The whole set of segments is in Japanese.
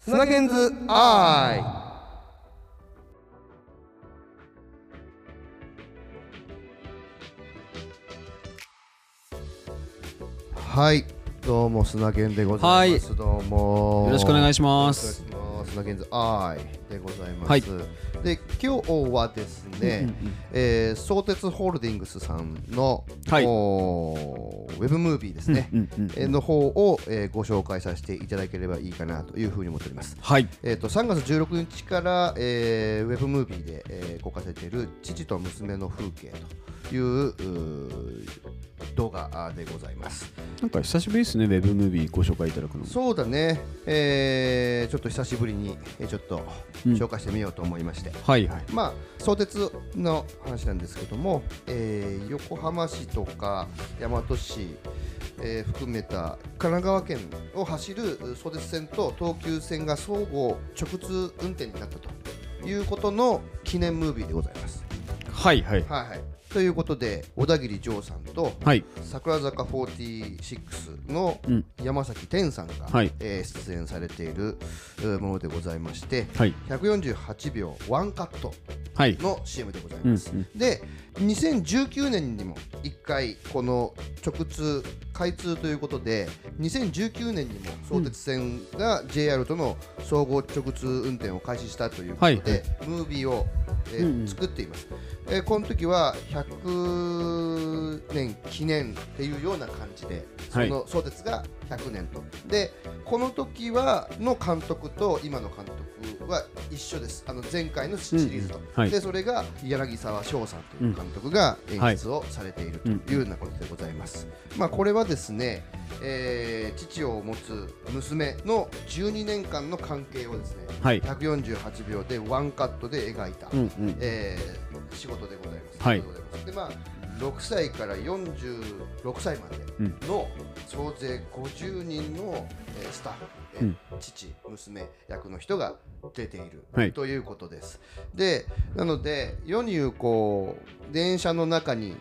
スナゲンズアイはいどうもスナゲンでございます、どうもよろしくお願いしますよろしくお願いしますスナゲンズアイでございます、はいで今日はですね、えー、相鉄ホールディングスさんの、はいおーウェブムービーですね、うんうんうんえーの方を、えーご紹介させていただければいいかなというふうに思っております。はいえー、と3月16日から、えーウェブムービーで、えー公開されている「父と娘の風景」といううー動画でございます。なんか久しぶりですねウェブムービーご紹介いただくのそうだね、えーちょっと久しぶりに、えーちょっと紹介してみようと思いまして、はいはいまあ、相鉄の話なんですけども、えー横浜市とか大和市、えー含めた神奈川県を走る相鉄線と東急線が相互直通運転になったということの記念ムービーでございます。はいはいはいはい、ということで小田切丈さんとはい桜坂46のうん山崎天さんが、はいえー出演されているえーものでございまして、はい148秒ワンカットはいの CM でございます、で2019年にも1回この直通開通ということで2019年にも相鉄線が JR との総合直通運転を開始したということで、はいムービーを、えーうんうん作っています、えーこの時は100年記念っていうような感じでそはいの相鉄が100年とでこの時はの監督と今の監督は一緒ですあの前回のシリーズと、うんうんはいでそれが柳沢翔さんという監督が演出をされているとうんいうようなことでございます、まあ、これはですね、えー父を持つ娘の12年間の関係をですね、はい148秒でワンカットで描いた、うんうんえー仕事でございます。はいとうことでございますでまあ6歳から46歳まうんでの総勢50人の、えースタッフ、えーうん父娘役の人が出ている、はいということです。でなので世に言うこう電車の中に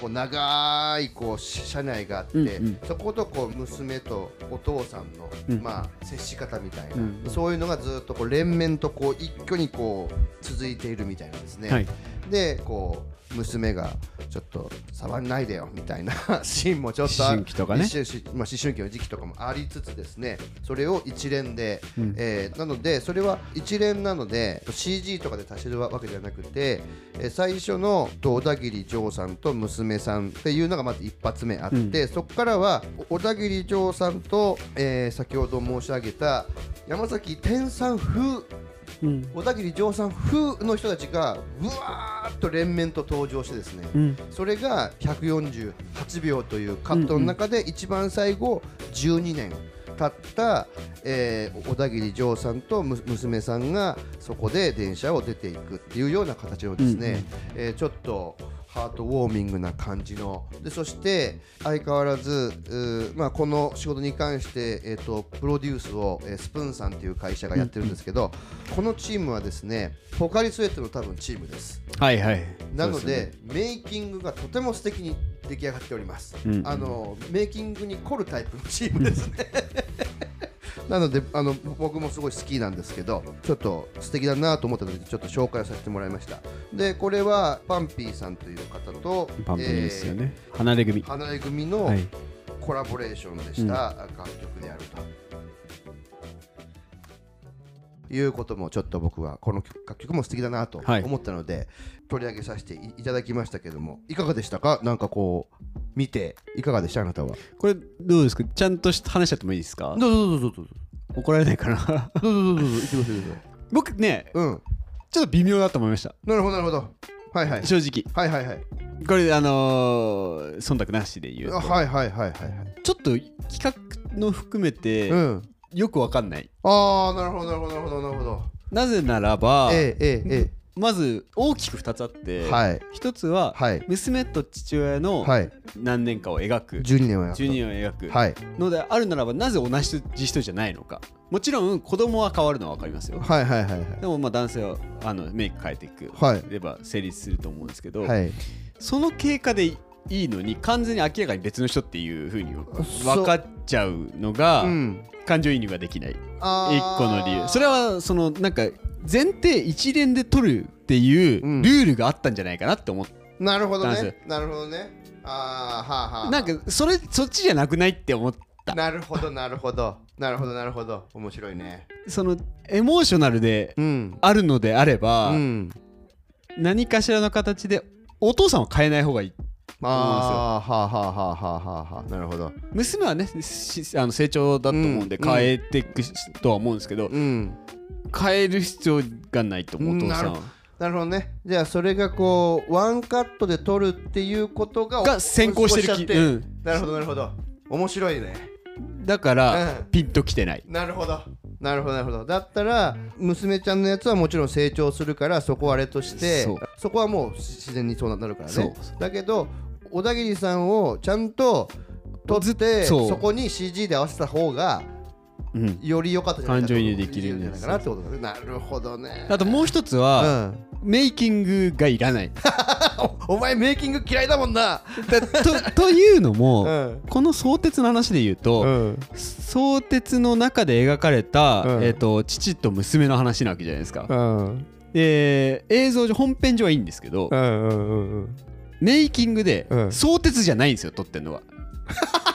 こう長いこうし車内があって、うんうんそことこう娘とお父さんの、うんまあ、接し方みたいな、うんそういうのがずっとこう連綿とこう一挙にこう続いているみたいなんですね。はいでこう娘がちょっと触んないでよみたいな シーンもちょっとあ思春期とかね一瞬しまあ、思春期の時期とかもありつつですねそれを一連で、うんえーなのでそれは一連なので CG とかで足してるわけじゃなくて、えー最初の小田切丈さんと娘さんっていうのがまず一発目あって、うんそこからはお小田切丈さんと、えー先ほど申し上げた山崎天さん風うん小田切丈さん風の人たちがうわーっと連綿と登場してですね、うんそれが148秒というカットの中で一番最後12年経った、えー小田切丈さんとむ娘さんがそこで電車を出ていくっていうような形のですね、えーちょっとハートウォーミングな感じのでそして相変わらず、うーまあ、この仕事に関して、えー、とプロデュースを、えースプーンさんという会社がやってるんですけど、このチームはですねポカリスエットの多分チームです。はいはいなのそうすでねメイキングがとても素敵に出来上がっております、うんあのメイキングに凝るタイプのチームですね なのであの僕もすごい好きなんですけどちょっと素敵だなと思ったのでちょっと紹介をさせてもらいましたでこれはパンピーさんという方とパンプリンですよね離れ組えー花江組のはいコラボレーションでした楽曲であると、いうこともちょっと僕はこの曲楽曲も素敵だなとはい思ったので、取り上げさせていいただきましたけどもいかがでしたかなんかこう見ていかがでしたあなたはこれどうですかちゃんと話しちゃってもいいですかどうぞどうぞどうぞ怒られないかなどうぞどうぞどうぞ行ってください行ってください 僕ねうんちょっと微妙だと思いましたなるほどなるほどはいはい正直はいはいはいこれあのー忖度なしで言うあとはいはいはいはいはいちょっと企画の含めてうんよくわかんないああなるほどなるほどなるほどなるほどなぜならばええええまず大きく2つあっえてえはい一つははい娘と父親のはい何年かを描く12年はやった12を描くはいのであるならばなぜ同じ人じゃないのかもちろん子供は変わるのは分かりますよはいはいはいはいでもまあ男性はあのメイク変えていくはいれば成立すると思うんですけど、はい、その経過でいいのに完全に明らかに別の人っていうふうに分かっちゃうのがうん、感情移入ができないあ一ー個の理由それはそのなんか前提一連で取るっていううんルールがあったんじゃないかなって思って、なるほどダンスねなるほどねああはあはあはあなんかそれそっちじゃなくないって思ったなるほどなるほどなるほどなるほど面白いねそのエモーショナルでうんあるのであれば、うん何かしらの形でお父さんは変えない方がいいああはあはあはあはあはあはあなるほど娘はねしあの成長だと思うんでうん変えていくしとは思うんですけど、うん変える必要がないと思うお父さんうんなるほどねじゃあそれがこうワンカットで撮るっていうことがが先行してる気お少しちゃってうんなるほどなるほど面白いねだから、うんピンときてないなるほどなるほどなるほどだったら娘ちゃんのやつはもちろん成長するからそこはあれとしてそうそこはもう自然にそうなるからそうねだけど小田切さんをちゃんと撮ってずそうそこに CG で合わせた方がうんより良かったんじゃないか感情移入できるよういいんにじなゃるないかなってことだねなるほどねあともう一つうは、ん メイキングがいらないおお前メイキング嫌いだもんなだとというのも、うんこの相鉄の話で言うと、うん相鉄の中で描かれた、うんえー、と父と娘の話なわけじゃないですか、うんで映像上本編上はいいんですけど、うんうんうんうんメイキングで、うん相鉄じゃないんですよ撮ってんのは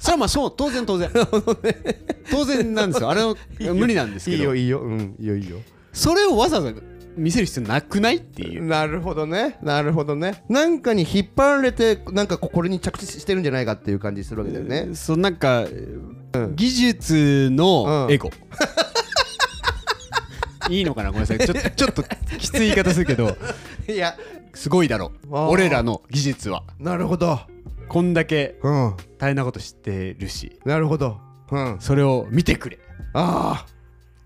それはまあそう当然当然当然なんですよあれは無理なんですいけいどよいいようんいいよいいよそれをわざわざ見せる必要なくないっていうなるほどねなるほどねなんかに引っ張られてなんかここれに着地してるんじゃないかっていう感じするわけだよねそうなんか、技術のエゴ、 いいのかなごめんなさいちょちょっときつい言い方するけどいやす ごいだろあー俺らの技術はなるほどこんだけうん大変なこと知ってるしなるほどうんそれを見てくれあ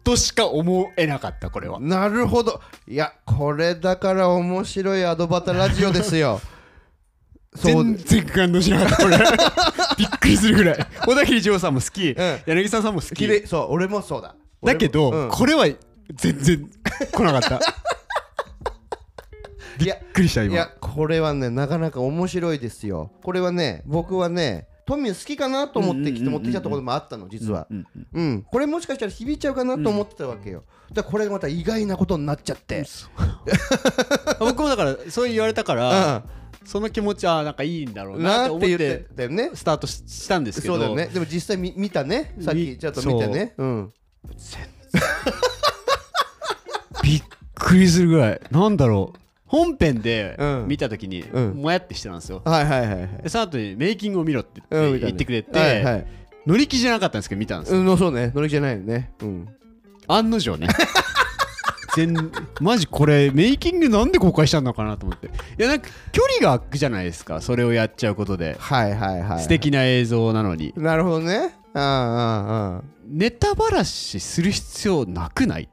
としか思えなかったこれはあなるほどいやこれだから面白いアドバタラジオです よそう全然感動しなかった これびっくりするぐらい小田切丈さんも好き、柳沢さんも好ききれいそう俺もそうだだけど、俺もうんこれは全然来なかっ たいやびっくりしたい今やこれはねなかなか面白いですよこれはね僕はねトミー好きかなと思ってきうてんうんうんう持っんてきたところもあったの実はうんうんうんこれもしかしたら響いちゃうかなと思ってたわけよだからこれがまた意外なことになっちゃって 僕もだからそう言われたから、その気持ちはなんかいいんだろううんななーっって思って言てってたよねスタートししたんですけそどうだよねでも実際み見たねさっきみちょっと見てねうんびっくりするぐらいなんだろう本編でうん見た時に、うんもやってしてたんですよ、はいはいはいはいでその後にメイキングを見ろってう言んって,、見たね言ってくれて、はいはい乗り気じゃなかったんですけど見たんですよ、うんそうね乗り気じゃないよねうん案の定ね 全マジこれメイキングなんで公開したのかなと思っていやなんか距離が空くじゃないですかそれをやっちゃうことで、はいはいはい素敵な映像なのになるほどねああネタばらしする必要なくない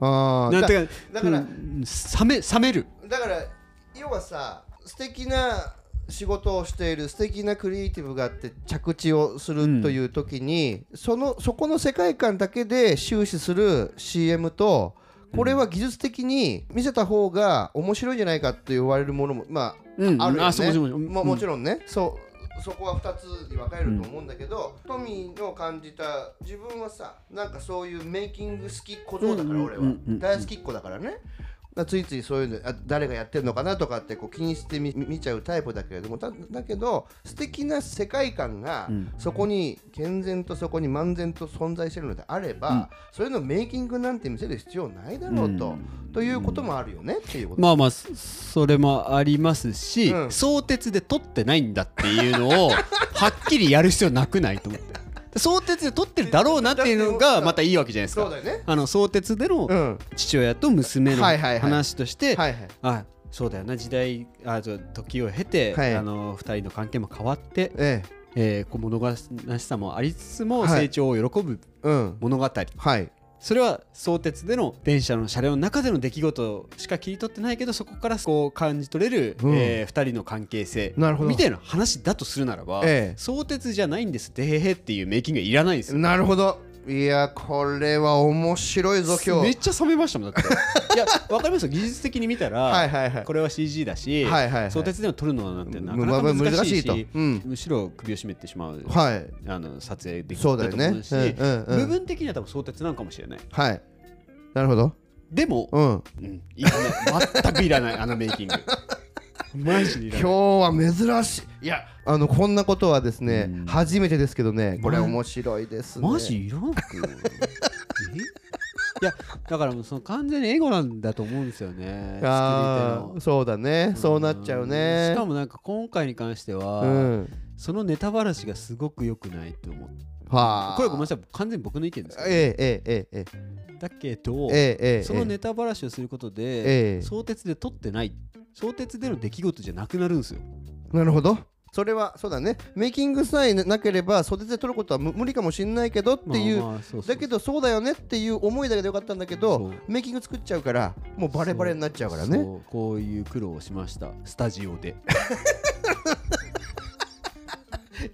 ああああなんだてかだからうん冷め冷めるだから要はさ素敵な仕事をしている素敵なクリエイティブがあって着地をすうんるという時に、そのそこの世界観だけで終始する CM とこれは技術的に見せた方が面白いんじゃないかって言われるものもまあうんあるよね、あそうそうそうまあうんもちろんね、そうそこは2つに分かれると思うんだけど、トミーの感じた自分はさなんかそういうメイキング好きっ子だから俺は、うんうんうんうん大好きっ子だからねだからついついそういうのあ誰がやってるのかなとかってこう気にしてみ見ちゃうタイプだけれどもだだけど素敵な世界観がうんそこに健全とそこに漫然と存在してるのであれば、うんそういうのメイキングなんて見せる必要ないだろうと、ということもあるよねっていうこと。まあまあそそれもありますし、うん相鉄で撮ってないんだってい うのをはっきりやる必要なくないと思って相鉄で撮ってるだろうなっていうのがまたいいわけじゃないですそうかだよね、あの相鉄でのうん父親と娘のはいはいはい話として、はいはいあそうだよな時代あそう時を経て、はいあの2人の関係も変わって、えええー、こう物悲しさもありつつもはい成長を喜ぶうん物語、はいそれは相鉄での電車の車両の中での出来事しか切り取ってないけどそこからこう感じ取れる、うんえ2人の関係性なるほどみたいな話だとするならば、ええ相鉄じゃないんですでへへっていうメイキングはいらないんですよなるほどいやこれは面白いぞ今め日っちゃ冷めましたもんだって いやわかりますよ技術的に見たらはいはいはいこれは CG だし、はいはいはい相鉄でも撮るのなんてなかまなあかまあ難しいし難しいとうんむしろ首を絞めてしまう、はいあの撮影できそうだよねと思うし、うんうんうん部分的には多分相鉄なのかもしれないはいなるほどでも、うんうん、いらない全くいらないあのメイキングマジでいら今ない日は珍しいいやあのこんなことはですねうん初めてですけどねこれま面白いですねマジいらなくないえいやだからもうその完全にエゴなんだと思うんですよねあ作ーり手のそうだねそうなっちゃうねんしかもなんか今回に関しては、うんそのネタばらしがすごく良くないと思ってはあこれごめんなさい完全に僕の意見ですよえええええだけど、ええええそのネタばらしをすることで、ええ相鉄で撮ってない相鉄での出来事じゃなくなるんですよなるほどそれはそうだねメイキングさえなければ袖で撮ることは無無理かもしんないけどっていうまあまあそうそうだけどそうだよねっていう思いだけでよかったんだけそどうメイキング作っちゃうからもうバレバレになっちゃうからねそうこういう苦労をしましたスタジオで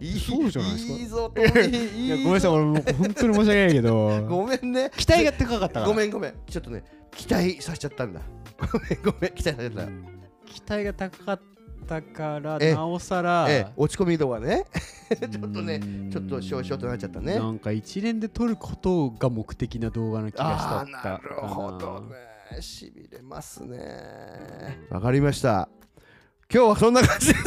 いそうじゃないですかいいぞトミーいいぞさい俺もう本当に申し訳ないけどごめんね期待が高かったからごめんごめんちょっとね期待させちゃったんだ ごめんごめん期待させちゃっ期待が高かったからえなおさたらええ落ち込み度はねちょ ちょっとねちょっと少々となっちゃったねなんか一連で撮ることが目的な動画の気がしたああったなるほどねしびれますねわかりました今日はそんな感じ です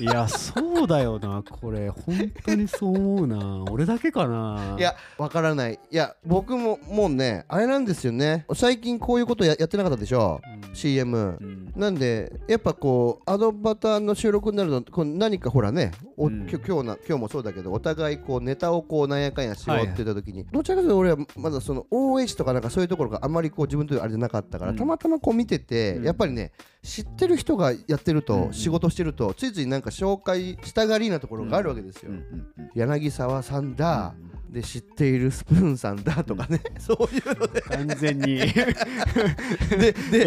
いやそうだよなこれ本当にそう思うな俺だけかないやわからないいや僕ももうねあれなんですよね最近こういうことややってなかったでしょ、うん CM うんなんでやっぱこうアドバターの収録になるとこう何かほらねお、うんきょ今日な今日もそうだけどお互いこうネタをこうなんやかんやしようはいっはいて言った時に、どちらかというと俺はまだその OH とかなんかそういうところがあまりこう自分というあれじゃなかったから、うんたまたまこう見てて、うんやっぱりね知ってる人がやってると、うん仕事してるとついついなんか紹介したがりなところがあるわけですよ。うんうんうん柳沢さんだ、で知っているスプーンさんだとかね、 そういうので完全にで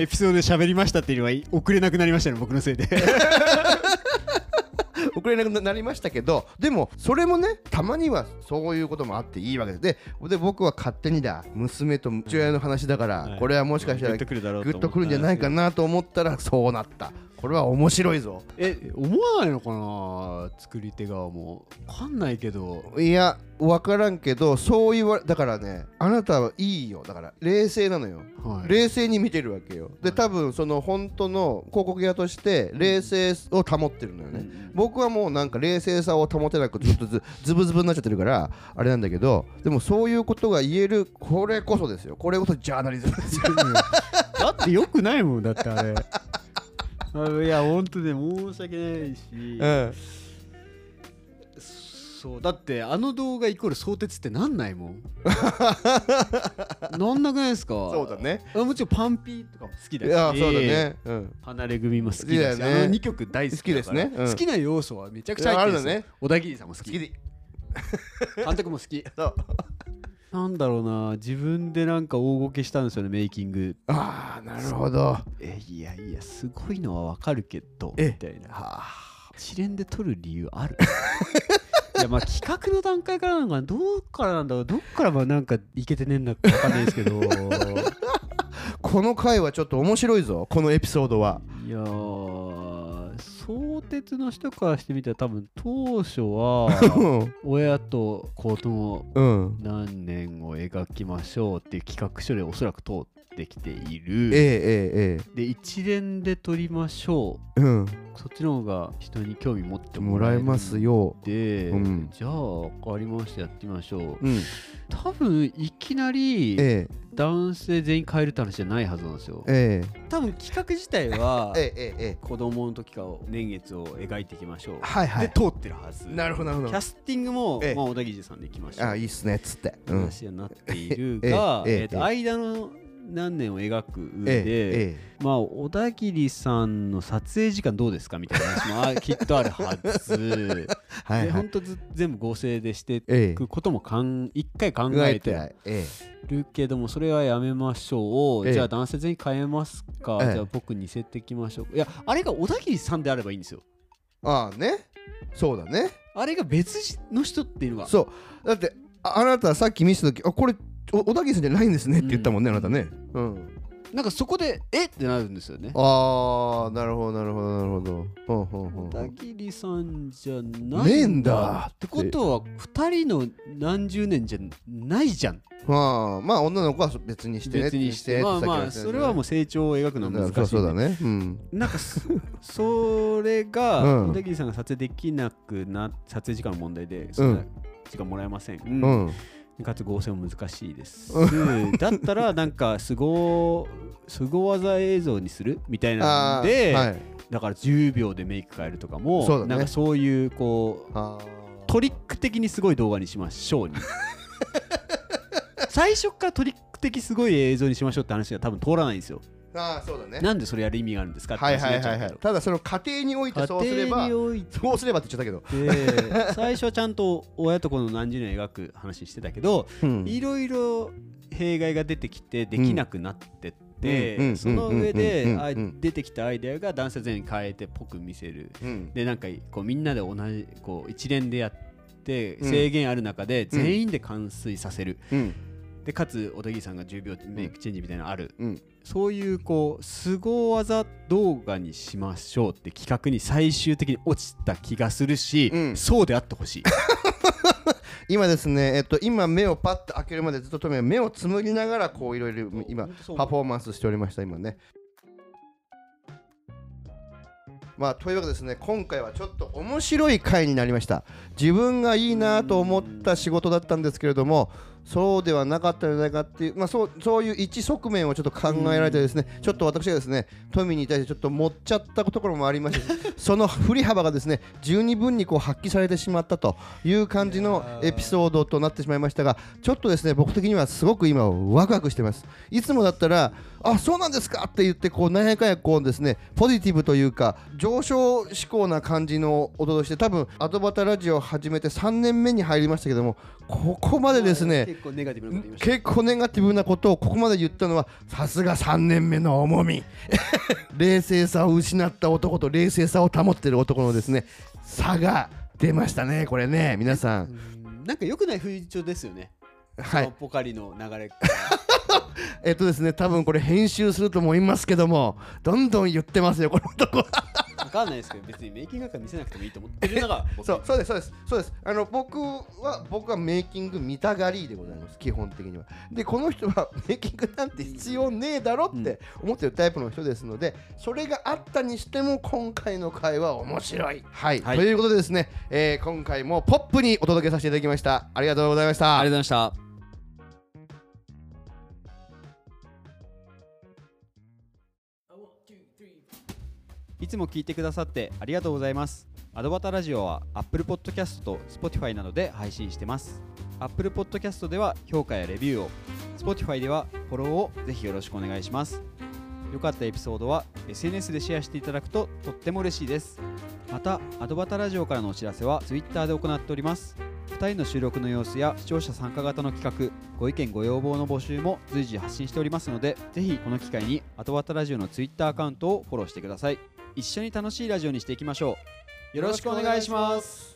エピソードで喋りましたっていうのは遅れなくなりましたね僕のせいで遅れなくなりましたけどでもそれもねたまにはそういうこともあっていいわけですでで僕は勝手にだ娘と父親の話だから、はいこれはもしかしたらグッとくるだろうグッと思ったとくるんじゃないかなと思ったらそうなったこれは面白いぞえ思わないのかな作り手側もわかんないけどいや分からんけどそう言わだからねあなたはいいよだから冷静なのよはい冷静に見てるわけよで多分その本当の広告屋として冷静を保ってるのよね、僕はもうなんか冷静さを保てなくてずっとずズブズブになっちゃってるからあれなんだけどでもそういうことが言えるこれこそですよこれこそジャーナリズムですよ だってよくないもんだってあれ あいや本当ね申し訳ないし、 うんそうだってあの動画イコール相鉄ってなんないもん なんなくないですかそうだねあもちろんパンピーとかも好きいだしやそうだね、うん離れ組も好きだし好きだよねあの2曲大好きだから好きですねうん好きな要素はめちゃくちゃ入ってるんですよいやある小田切さんも好好ききで 監督も好きそうなんだろうな自分でなんか大ごけしたんですよねメイキングああなるほどえいやいやすごいのはわかるけどえみたいな一連で撮る理由ある いやまあ企画の段階からなのかなどうからなんだろうどっからまあなんかいけてねえんだかわかんないですけ どいこの回はちょっと面白いぞこのエピソードはやー相鉄の人からしてみたら多分当初 はう親と子供ん何年を描きましょうっていう企画書でおそらく通ってきているえええええで一連で撮りましょえうんうそっちの方が人に興味持ってももららええまますすよよで、うんじゃあ分かりましたやってみましょううん多分いきなりええ男性全員変えるって話じゃないはずなんですよえ多分企画自体はえええええ子供の時から年月を描いていきましょう、はいはでい通ってるはずなるほどなるほキャどスティングも、ええまあ、小田切さんでいきましょうああいいっすねっつってうんえ話になっているが、えええええっとええ間の何年を描くえ上で、ええまあ小田切さんの撮影時間どうですかみたいな話 もあきっとあるはずはいではほいんとず全部合成でしていええくこともかん一回考考ええててない。えるけどもそれはやめましょう、ええじゃあ男性全員変えますか、ええじゃあ僕似せてきましょういやあれが小田切さんであればいいんですよああね。そうだね。あれが別の人っていうのがそう。だって、ああなたさっき見せた時あこれお小田切さんじゃないんですねって言ったもんね、うんあなたね、うん、なんかそこでえってなるんですよねああなるほどなるほどなるほどほうほうほうほ小う田切さんじゃないねえんだってことは2人の何十年じゃないじゃんまあまあ女の子は別にしてね別にしてってさっまあき言まわあたよねそれはもう成長を描くのは難しい、そうそうだねうんなんかそそれがうん小田切さんが撮影できなくな撮影時間の問題でそんな時間もらえません、ううんんかつ合成も難しいです、だったらなんかすごすご技映像にするみたいなあのーで、はいだから10秒でメイク変えるとかもそうだねなんかそういうこうあートリック的にすごい動画にしましょうに最初からトリック的すごい映像にしましょうって話が多分通らないんですよあーそうだねなんでそれやる意味があるんですかってはい話にはなっいちゃはいうけはいどただその過程においてそうすれ家庭ばにおいそうすればって言っちゃったけどて最初はちゃんと親と子の何十年描く話してたけどうんいろいろ弊害が出てきてできなくなってって、うんその上で、うんうんうんうんあ出てきたアイデアが男性全員変えてぽく見せるうんでなんかこうみんなで同じこう一連でやってうん制限ある中で全員で完遂させる、うんでかつ小田切さんが10秒メイクチェンジみたいなのある、うんそういうこう凄技動画にしましょうって企画に最終的に落ちた気がするし、うんそうであってほしい今ですねえっと今目をパッと開けるまでずっと止め目をつむりながらこういろいろ 今パフォーマンスしておりました今ね。まあ、というわけでですね今回はちょっと面白い回になりました自分がいいなと思った仕事だったんですけれどもそうではなかったんじゃないかっていう、まあ、そうそういう一側面をちょっと考えられてですねちょっと私がですね富に対してちょっと持っちゃったところもありまして その振り幅がですね十二分にこう発揮されてしまったという感じのエピソードとなってしまいましたがちょっとですね僕的にはすごく今ワクワクしてますいつもだったらあそうなんですかって言ってこう何やかんやこうですねポジティブというか上昇志向な感じのお届けして多分アドバタラジオを始めて3年目に入りましたけどもここまでですね結構ネガティブなこと言いました結構ネガティブなことをここまで言ったのはさすが3年目の重み 冷静さを失った男と冷静さを保ってる男のですね差が出ましたねこれね皆さんうんなんか良くない風潮ですよね、はそのいポカリの流れえっとですね多分これ編集すると思いますけどもどんどん言ってますよこの男わかんないですけど別にメイキングなんか見せなくてもいいと思ってるのが 僕そうそうですそうですそうですあの僕は僕はメイキング見たがりでございます基本的にはでこの人は メイキングなんて必要ねえだろって思ってるタイプの人ですのでそれがあったにしても今回の回は面白いはい、はいということでですね、えー今回もポップにお届けさせていただきましたありがとうございましたありがとうございましたいつも聞いてくださってありがとうございます。アドバタラジオは Apple Podcast と Spotify などで配信してます。Apple Podcast では評価やレビューを、Spotify ではフォローをぜひよろしくお願いします。良かったエピソードは SNS でシェアしていただくととっても嬉しいです。また、アドバタラジオからのお知らせは Twitter で行っております。2人の収録の様子や視聴者参加型の企画ご意見ご要望の募集も随時発信しておりますのでぜひこの機会に「あとわたラジオ」の Twitter アカウントをフォローしてください一緒に楽しいラジオにしていきましょうよろしくお願いしますす